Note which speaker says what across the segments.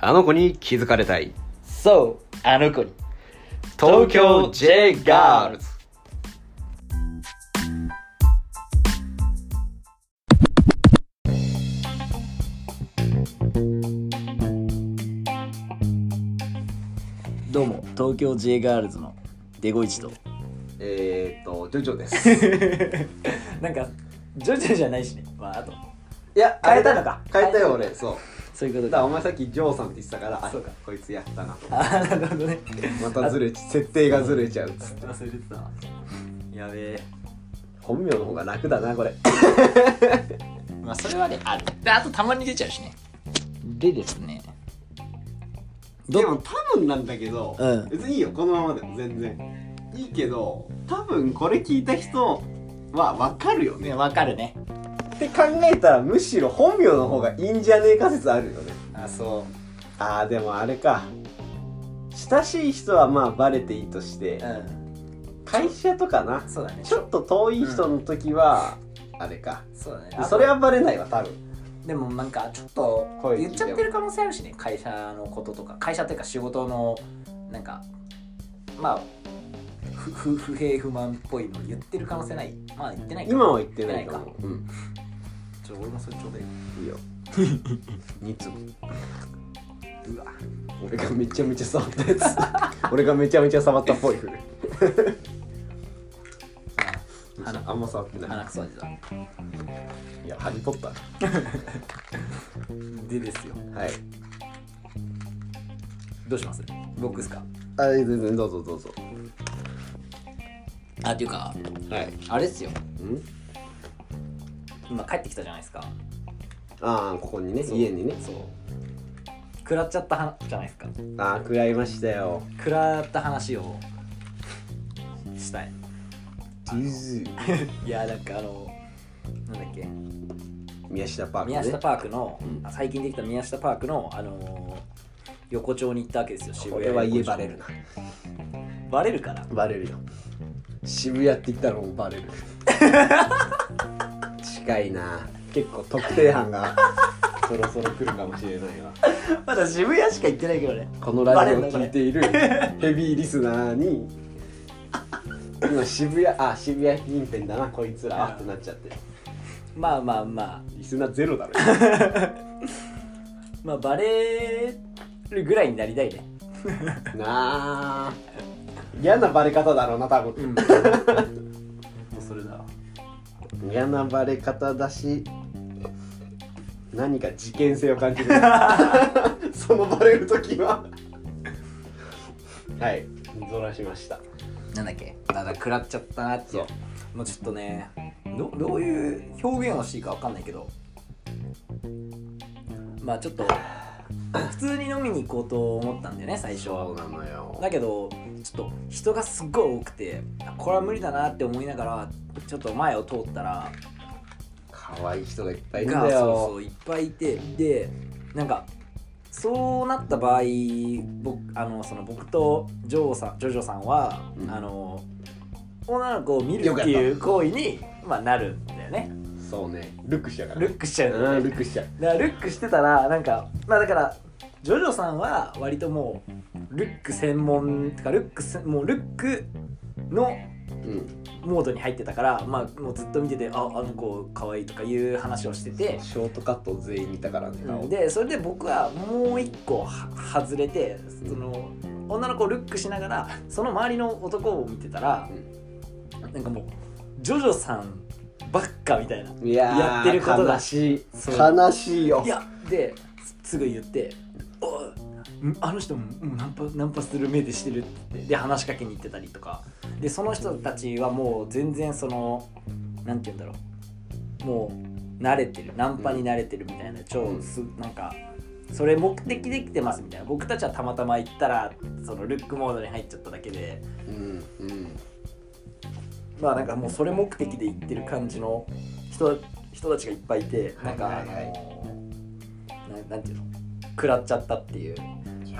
Speaker 1: あの子に気づかれたい。
Speaker 2: そう、あの子に。
Speaker 1: 東京 J ガールズ。
Speaker 2: どうも、東京 J ガールズのデゴイチと。
Speaker 1: えー、っと、ジョジョ です。い
Speaker 2: なんか、ジョジョじゃないしね。まあ、あと。
Speaker 1: や、
Speaker 2: 変えたのか
Speaker 1: 変えたよ、俺。そう。
Speaker 2: そういうこ
Speaker 1: だ
Speaker 2: と
Speaker 1: から
Speaker 2: か。
Speaker 1: お前さっきジョーさんって言ってたから、あ
Speaker 2: そうか、
Speaker 1: こいつやったなと。
Speaker 2: あなるほどね。
Speaker 1: またずれち、設定がずれちゃうっつって。
Speaker 2: 忘れてたわ。やべえ。
Speaker 1: 本名の方が楽だな、これ。
Speaker 2: まあ、それはね、ある。で、あとたまに出ちゃうしね。でですね。
Speaker 1: でも多分なんだけど、
Speaker 2: うん
Speaker 1: 別にいいよこのままでも全然いいけど多分これ聞いた人は分かるよね
Speaker 2: ね、わかるね。
Speaker 1: って考えたらむしろ本名の方がいいんじゃねえか説あるよね
Speaker 2: あ、そ
Speaker 1: あーでもあれか親しい人はまあバレていいとして、
Speaker 2: ん。
Speaker 1: 会社とかな
Speaker 2: そうだね
Speaker 1: ちょっと遠い人の時は、あれか
Speaker 2: そうだね
Speaker 1: それはバレないわ多分
Speaker 2: でもなんかちょっと
Speaker 1: 声聞いて
Speaker 2: 言
Speaker 1: も
Speaker 2: っちゃってる可能性あるしね会社のこととか会社っていうか仕事のなんかまあふふ不平不満っぽいの言ってる可能性ないまあ言ってないか
Speaker 1: 今は言ってないと思う、うん
Speaker 2: ちょ俺もそれちょうだ
Speaker 1: い
Speaker 2: い
Speaker 1: い よ2粒うわ俺がめちゃめちゃ触ったやつ 俺がめちゃめちゃ触ったっぽいふる
Speaker 2: 鼻
Speaker 1: あんま触ってな
Speaker 2: 鼻くそ味だ
Speaker 1: いいやハリー・ポッター
Speaker 2: でですよ
Speaker 1: はい
Speaker 2: どうします僕ですか
Speaker 1: あ全然どうぞどうぞ
Speaker 2: あっていうか
Speaker 1: はい
Speaker 2: あれですよ
Speaker 1: うん
Speaker 2: 今帰ってきたじゃないですか
Speaker 1: ああここにね
Speaker 2: そう
Speaker 1: 家にね
Speaker 2: そう食らっちゃった話じゃないですか
Speaker 1: ああ食らいましたよ
Speaker 2: 食らった話をしたい
Speaker 1: ディズ
Speaker 2: いやなんかあのなんだっけ
Speaker 1: 宮下パークね
Speaker 2: 宮下パークの、
Speaker 1: うん
Speaker 2: あ最近できた宮下パークの、あのー横丁に行ったわけですよ渋
Speaker 1: こ
Speaker 2: 谷
Speaker 1: れは家
Speaker 2: 横丁
Speaker 1: バレるな
Speaker 2: バレるかな
Speaker 1: バレるよ渋谷って言ったらもうバレる 近いな結構特定班が そろそろ来るかもしれないわ
Speaker 2: まだ渋谷しか行ってないけどね
Speaker 1: このラジオを聞いているヘビーリスナーに今渋谷あ渋谷近辺だなこいつらはってなっちゃって
Speaker 2: まあまあま
Speaker 1: リスナーゼロだろ
Speaker 2: あまあバレるぐらいになりたいね
Speaker 1: なあ嫌なバレ方だろうな多
Speaker 2: う
Speaker 1: 分
Speaker 2: んそれだわ
Speaker 1: 嫌なバレ方だし何か事件性を感じる そのバレる時ははいゾらしました
Speaker 2: なんだっけただ食らっちゃったなっていう
Speaker 1: そ
Speaker 2: もうちょっとねどどういう表現をしていいかわかんないけどまあちょっ と普通に飲みに行こうと思ったんだよね最初は
Speaker 1: そうなのよ
Speaker 2: だけどちょっと人がすっごい多くてあこれは無理だなって思いながらちょっと前を通ったら
Speaker 1: 可愛い人がいっぱいいるん
Speaker 2: が
Speaker 1: だよ
Speaker 2: そうそういっぱいいてでなんかそうなった場合僕あのその僕とジョーさんジョジョさんは、
Speaker 1: うん
Speaker 2: あの女の子を見るっていう行為に、まあ、なるんだよね
Speaker 1: そうねルックしちゃうからね
Speaker 2: ルックしちゃうの
Speaker 1: うん、ルックしちゃう。
Speaker 2: だからルックしてたらなんかまあだからジョジョさんは割ともうルック専門てかルックせもうルックの
Speaker 1: うん。
Speaker 2: モードに入ってたから、まあ、もうずっと見てて「ああの子可愛いとかいう話をしてて、
Speaker 1: ショートカット全員見たからね、顔。
Speaker 2: でそれで僕はもう一個は外れてその女の子をルックしながらその周りの男を見てたら、なんかもうジョジョさんばっかみたいな。
Speaker 1: いやー
Speaker 2: やってることだ
Speaker 1: 悲しい。
Speaker 2: そう
Speaker 1: 悲しいよ
Speaker 2: い。やですすぐ言って「おいんあの人ももうナンパナンパする目でしてる」って言ってで話しかけに行ってたりとかでその人たちはもう全然そのなんて言うんだろうもう慣れてるナンパに慣れてるみたいな、超すなんか。それ目的で来てますみたいな僕たちはたまたま行ったらそのルックモードに入っちゃっただけで
Speaker 1: うん、うん。
Speaker 2: まあなんかもうそれ目的で行ってる感じの人人たちがいっぱいいてなんか、
Speaker 1: はいはいはい
Speaker 2: あのーななんていうの食らっちゃったっていう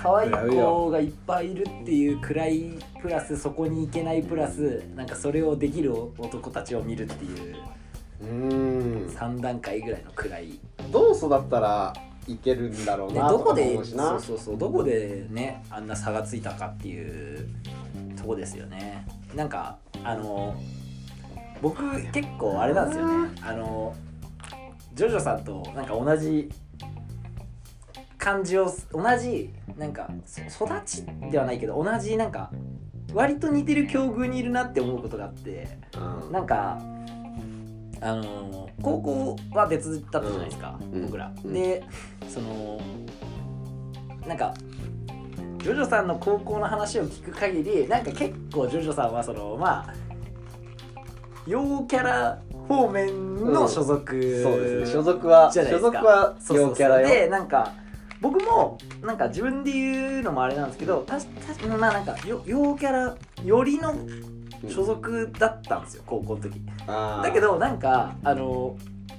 Speaker 2: 可愛い子がいっぱいいるっていうくらいプラスそこに行けないプラスなんかそれをできる男たちを見るっていう
Speaker 1: うん。
Speaker 2: 3段階ぐらいのくらい
Speaker 1: どう育ったらいけるんだろう
Speaker 2: で
Speaker 1: な
Speaker 2: ど
Speaker 1: とかも
Speaker 2: こ
Speaker 1: 思
Speaker 2: で
Speaker 1: うし
Speaker 2: そ
Speaker 1: な
Speaker 2: うそうそうどこでねあんな差がついたかっていうとこですよねなんかあの僕結構あれなんですよねあのジョジョさんとなんか同じ感じを同じなんかそ育ちではないけど同じなんか割と似てる境遇にいるなって思うことがあって
Speaker 1: うん
Speaker 2: なんかあの高校は別だったじゃないですか、
Speaker 1: うん
Speaker 2: 僕ら、
Speaker 1: うん
Speaker 2: でそのなんかジョジョさんの高校の話を聞く限りなんか結構ジョジョさんはそのまあ陽キャラ方面の所属、
Speaker 1: そうですね所属は
Speaker 2: じゃないで
Speaker 1: 所
Speaker 2: すか
Speaker 1: 属は
Speaker 2: そう
Speaker 1: 両
Speaker 2: そうそう
Speaker 1: キャラよ
Speaker 2: でなんか僕もなんか自分で言うのもあれなんですけどたし確かまあなんかよ陽キャラよりの所属だったんですよ高校の時だ
Speaker 1: だ
Speaker 2: けどなんかあの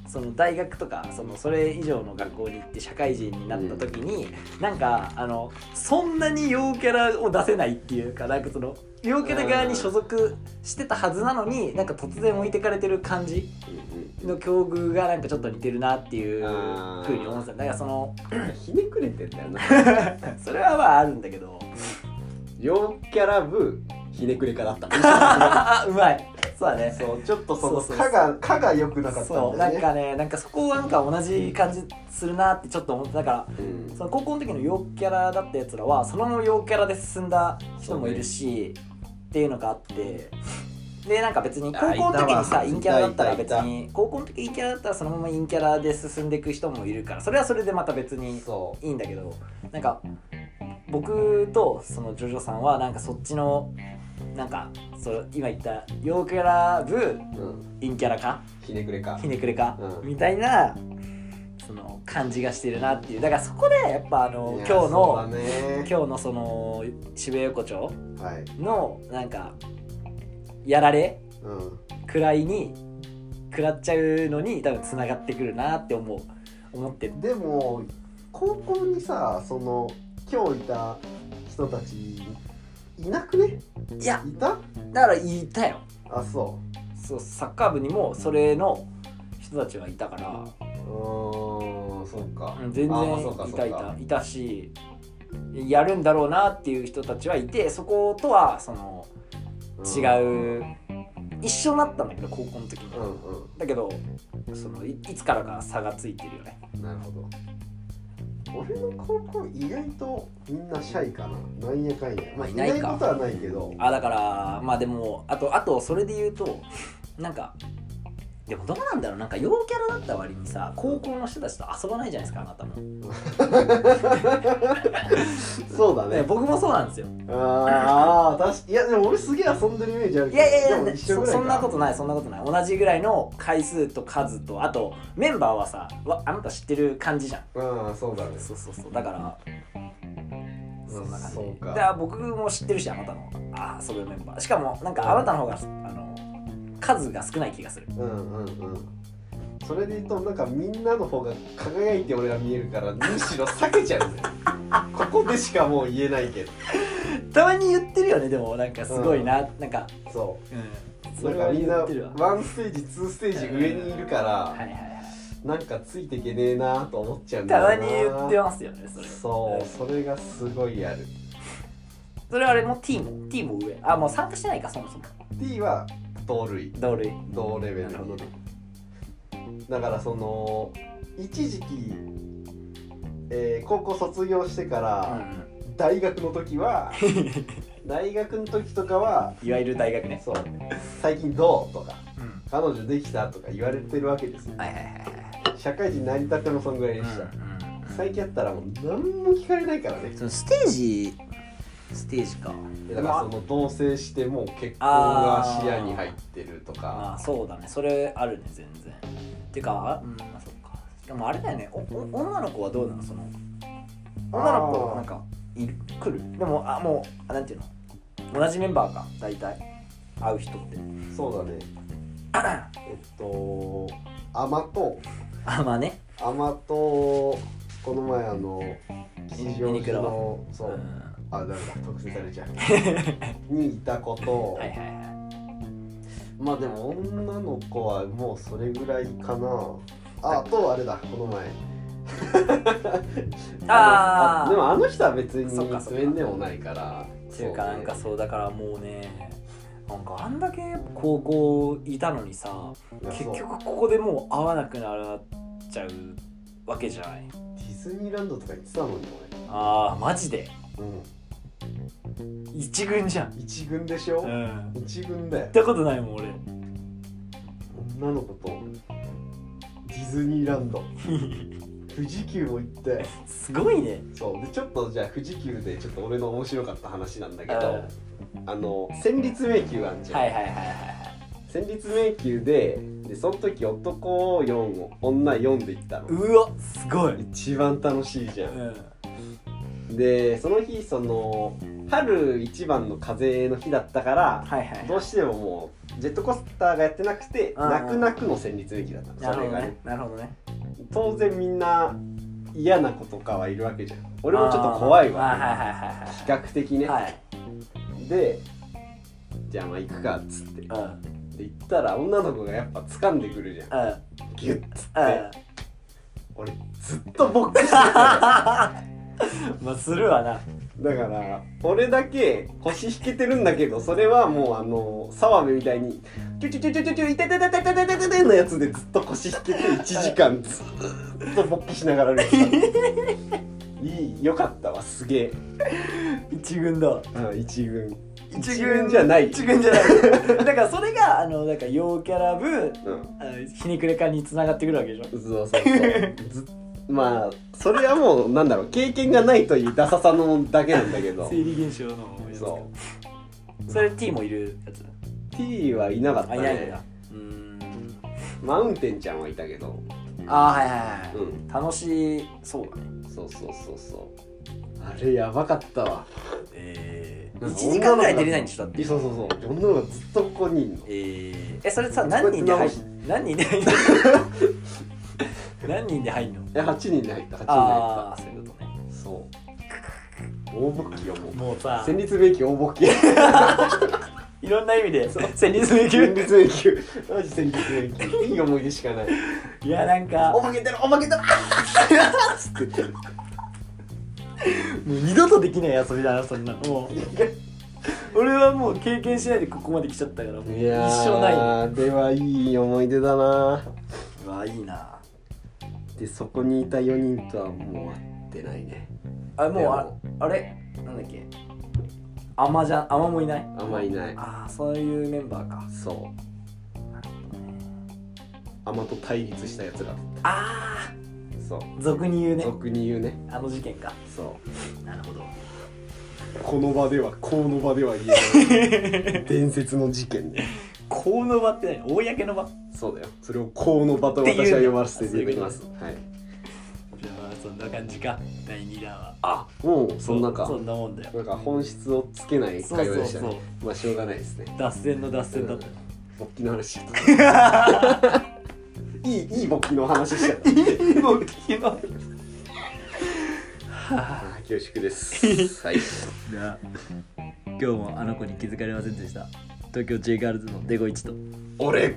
Speaker 2: その大学とかそのそれ以上の学校に行って社会人になった時に、なんかあのそんなに陽キャラを出せないっていうかなんかその陽キャラ側に所属してたはずなのになんか突然置いてかれてる感じの境遇がなんかちょっと似てるなっていう
Speaker 1: あー
Speaker 2: ふうに思ってただからその
Speaker 1: ひねくれてんだよな
Speaker 2: それはまああるんだけど
Speaker 1: 両キャラ部ひねくれ家だった
Speaker 2: あうまいそうだね
Speaker 1: そうちょっとそ
Speaker 2: そ
Speaker 1: の
Speaker 2: うそうそう
Speaker 1: かがかが良くなかった
Speaker 2: そ
Speaker 1: ん
Speaker 2: う
Speaker 1: だ
Speaker 2: な
Speaker 1: よね
Speaker 2: んかねなんかそこはなんか同じ感じするなってちょっと思ってだから
Speaker 1: うん
Speaker 2: その高校の時の陽キャラだったやつらはそのまま陽キャラで進んだ人もいるし、っていうのがあってでなんか別に高校の時
Speaker 1: あい
Speaker 2: にさ
Speaker 1: たわ
Speaker 2: 陰キャラだったら
Speaker 1: いたい
Speaker 2: 別
Speaker 1: た
Speaker 2: に高校の時陰キャラだったらそのまま陰キャラで進んでいく人もいるからそれはそれでまた別に
Speaker 1: そ
Speaker 2: いいんだけどなんか僕とそのジョジョさんはなんかそっちのなんかそう今言った陽キャラ部
Speaker 1: う、うん、
Speaker 2: 陰キャラか
Speaker 1: ひねくれ家
Speaker 2: ひねくれか、
Speaker 1: うん
Speaker 2: みたいなその感じがしてるなっていうだからそこでやっぱあの
Speaker 1: いや
Speaker 2: 今日
Speaker 1: そうだ
Speaker 2: の、
Speaker 1: ね
Speaker 2: 今日のその渋谷横丁
Speaker 1: はい
Speaker 2: のなんかやられ
Speaker 1: うん
Speaker 2: 位に食らっちゃうのに多分つながってくるなって思う思ってる
Speaker 1: でも高校にさその今日いた人たちいなくね
Speaker 2: いや
Speaker 1: いた
Speaker 2: だからいたよ
Speaker 1: あそ
Speaker 2: そうサッカー部にもそれの人たちはいたから
Speaker 1: ううーんそうか
Speaker 2: うん全
Speaker 1: あまあそうか
Speaker 2: 然いたい
Speaker 1: そうか
Speaker 2: たいたしやるんだろうなっていう人たちはいてそことはその違
Speaker 1: うん
Speaker 2: う一緒になったんだけど高校の時に、
Speaker 1: うん
Speaker 2: だけどそのいいつからか差がついてるよね
Speaker 1: うんなるほど俺の高校意外とみんなシャイかななんやかんやまあ
Speaker 2: い
Speaker 1: い
Speaker 2: な
Speaker 1: ない
Speaker 2: か
Speaker 1: いことはないけど
Speaker 2: あだからまあでもあとあとそれで言うとなんかでもどうなんだろうなんか陽キャラだった割にさ高校の人たちと遊ばないじゃないですかあなたも、
Speaker 1: そうだ
Speaker 2: ね
Speaker 1: ね
Speaker 2: 僕もそうなんですよ
Speaker 1: ああ確かいやでも俺すげえ遊んでるイメージある
Speaker 2: い
Speaker 1: けど
Speaker 2: やいやいや
Speaker 1: でも一緒
Speaker 2: そ
Speaker 1: ぐらいか
Speaker 2: そんなことないそんなことない同じぐらいの回数と数とあとメンバーはさわあなた知ってる感じじゃん
Speaker 1: うんそうだね
Speaker 2: そうそうそうだからそんな感じ
Speaker 1: そうか
Speaker 2: だから僕も知ってるしあなたのあ遊ぶメンバーしかもなんかあなたの方があの数が少ない気がする
Speaker 1: うんうんうんそれで言うとなんかみんなの方が輝いて俺は見えるからむしろ避けちゃうん だよここでしかもう言えないけど
Speaker 2: たまに言ってるよねでもなんかすごいな、なんか、
Speaker 1: そ
Speaker 2: うん、
Speaker 1: うなんかみんな
Speaker 2: 言ってるわ
Speaker 1: ワンステージツーステージ上にいるか
Speaker 2: はいは
Speaker 1: ら
Speaker 2: いはい
Speaker 1: なんかついていけねえなと思っちゃうんだ
Speaker 2: た
Speaker 1: よ
Speaker 2: ま
Speaker 1: な
Speaker 2: に言ってますよねそれ
Speaker 1: そ
Speaker 2: ん
Speaker 1: うそれがすごいある
Speaker 2: それあれも T も T も上あもう参加してないかそもそも
Speaker 1: T は同類
Speaker 2: 同類
Speaker 1: 同レベル
Speaker 2: なるほ
Speaker 1: にい
Speaker 2: ど
Speaker 1: るだからその一時期、えー高校卒業してから、大学の時は大学の時とかはい
Speaker 2: わゆる大学ね、
Speaker 1: そう最近どうとか
Speaker 2: うん、
Speaker 1: 彼女できたとか言われてるわけですよ
Speaker 2: はいはいはいはい
Speaker 1: 社会人になりたてもそんぐらいでした、
Speaker 2: うんうん
Speaker 1: 最近やったらもう何も聞かれないからね
Speaker 2: そのステージステージか
Speaker 1: だからその同棲してもう結婚が
Speaker 2: あー
Speaker 1: 視野に入ってるとか
Speaker 2: まあそうだねそれあるね全然てかあうんまあそっかでもあれだよねおお女の子はどうなのその女の子はなんかいる来るでもあもうあなんていうの同じメンバーか大体会う人って
Speaker 1: そうだねえっと甘と
Speaker 2: あまあね
Speaker 1: 甘とこの前あの吉祥
Speaker 2: ユニク
Speaker 1: 寺
Speaker 2: ロ
Speaker 1: のそううんあなんか特定されちゃ うにいた子と
Speaker 2: はいはいは
Speaker 1: まあでも女の子はもうそれぐらいかなああとあれだこの前
Speaker 2: あー
Speaker 1: でもあの人は別に
Speaker 2: そっかそっか
Speaker 1: 爪でもないから
Speaker 2: っていうかなんかそうだからもうねなんかあんだけ高校いたのにさ
Speaker 1: そうね
Speaker 2: 結
Speaker 1: いやそう
Speaker 2: 局ここでもう会わなくなっちゃうわけじゃない
Speaker 1: ディズニーランドとか行ってたのに
Speaker 2: あーマジで
Speaker 1: 俺、
Speaker 2: 一軍じゃん
Speaker 1: うん、一軍でしょ、
Speaker 2: ん行
Speaker 1: 一軍だよ
Speaker 2: ったことないもん俺
Speaker 1: 女の子とディズニーラン ド富士急も行って
Speaker 2: すごいね
Speaker 1: そうでちょっとじゃあ富士急でちょっと俺の面白かった話なんだけどあの戦慄迷宮あんじゃん、
Speaker 2: はいはいはいはい
Speaker 1: 戦慄迷宮ででその時男4を女4で行ったの
Speaker 2: うわすごい、
Speaker 1: 一番楽しいじゃ
Speaker 2: うんん、
Speaker 1: でその日その春一番の風の日だったから
Speaker 2: はいはい
Speaker 1: どうしてももうジェットコースターがやってなくて
Speaker 2: うんうん
Speaker 1: 泣く泣くの戦慄迷宮だったのそ
Speaker 2: なるほ
Speaker 1: れ
Speaker 2: ど
Speaker 1: が
Speaker 2: ね
Speaker 1: ね
Speaker 2: なるほどね
Speaker 1: 当然みんな嫌な子とかはいるわけじゃん俺もちょっと怖い
Speaker 2: あーはい
Speaker 1: わ
Speaker 2: はい
Speaker 1: 比較的ね、
Speaker 2: はいはいはい
Speaker 1: でじゃあまあ行くかっつってで
Speaker 2: うん
Speaker 1: 行ったら女の子がやっぱ掴んでくるじゃん
Speaker 2: うん
Speaker 1: ギュッつって
Speaker 2: うん
Speaker 1: 俺ずっとボックスしてたよ
Speaker 2: まあするわな
Speaker 1: だから俺だけ腰引けてるんだけどそれはもうあの澤部みたいに「キュキュキュキュキュキュ痛い痛い痛い痛い痛い痛い痛い痛い」のやつでずっと腰引けて1時間ずっと勃起しながら歩いてたいいよかったわすげえ、
Speaker 2: 一軍だ
Speaker 1: うん、一軍一軍じゃない
Speaker 2: 一軍じ ゃないだからそれがあのなんか陽キャラ部
Speaker 1: うん
Speaker 2: あのひねくれ感につながってくるわけでしょ
Speaker 1: そうそうそうずまあそれはもうなんだろう経験がないというダサさのだけなんだけど
Speaker 2: 生理現象のやつか
Speaker 1: そ
Speaker 2: それ T もいるやつ
Speaker 1: う T はいなかった
Speaker 2: あいないん
Speaker 1: ね
Speaker 2: だうーん
Speaker 1: マウンテンちゃんはいたけど
Speaker 2: あーはいはいは
Speaker 1: うん
Speaker 2: い楽しいそうだね
Speaker 1: そうそうそうそうあれやばかったわ
Speaker 2: え
Speaker 1: なんか
Speaker 2: 1時間ぐらい出れないんでしょだっ
Speaker 1: え
Speaker 2: て
Speaker 1: そうそうそう女の子がずっとここにいんの
Speaker 2: えー、えそれさ何人で入
Speaker 1: こいつ
Speaker 2: ん何人で入ん の何人で入んの
Speaker 1: え8人で入った8人で入っ
Speaker 2: ああそういうことね
Speaker 1: たそう大勃起よもう
Speaker 2: もうさ
Speaker 1: 戦慄迷宮大 勃起
Speaker 2: いろんな意味で戦慄迷
Speaker 1: 戦慄
Speaker 2: 宮
Speaker 1: 迷宮マジ戦慄迷宮いい思い出しかない
Speaker 2: いやなんか
Speaker 1: おまけてるおまけてるあっつって言って
Speaker 2: もう二度とできない遊びだなそんなのもう俺はもう経験しないでここまで来ちゃったからも う
Speaker 1: るい
Speaker 2: 一
Speaker 1: や
Speaker 2: 生ないわ
Speaker 1: いではいい思い出だな
Speaker 2: あいいな
Speaker 1: でそこにいた4人とはもう会ってないね
Speaker 2: あもう
Speaker 1: でも
Speaker 2: ああれなんだっけあまじゃあまもいない
Speaker 1: あんまいない
Speaker 2: ああそういうメンバーか
Speaker 1: そうアマと対立したやつら
Speaker 2: ああ
Speaker 1: そう
Speaker 2: 俗に言うね
Speaker 1: 俗に言うね
Speaker 2: あの事件か
Speaker 1: そ
Speaker 2: なるほど
Speaker 1: うこの場ではこの場では言えない 伝説の事件ね
Speaker 2: この場って何公の場
Speaker 1: そうだよそれをこの場と
Speaker 2: ってい
Speaker 1: 私
Speaker 2: う
Speaker 1: は
Speaker 2: ね
Speaker 1: 呼ばせていただきますはい
Speaker 2: じゃあそんな感じか第2弾は
Speaker 1: あもうそんなか
Speaker 2: そんなもんだよ
Speaker 1: なんか本質をつけない
Speaker 2: そう
Speaker 1: 会話
Speaker 2: そう
Speaker 1: でした
Speaker 2: そ
Speaker 1: ね
Speaker 2: う
Speaker 1: まあしょうがないですね
Speaker 2: 脱線の脱線だった
Speaker 1: 勃起の話しちゃった いいいい勃起の話しちゃった
Speaker 2: もう聞きま
Speaker 1: あー恐縮です はい
Speaker 2: じゃあ今日もあの子に気づかれませんでした東京 J ガールズのデゴイチと
Speaker 1: 俺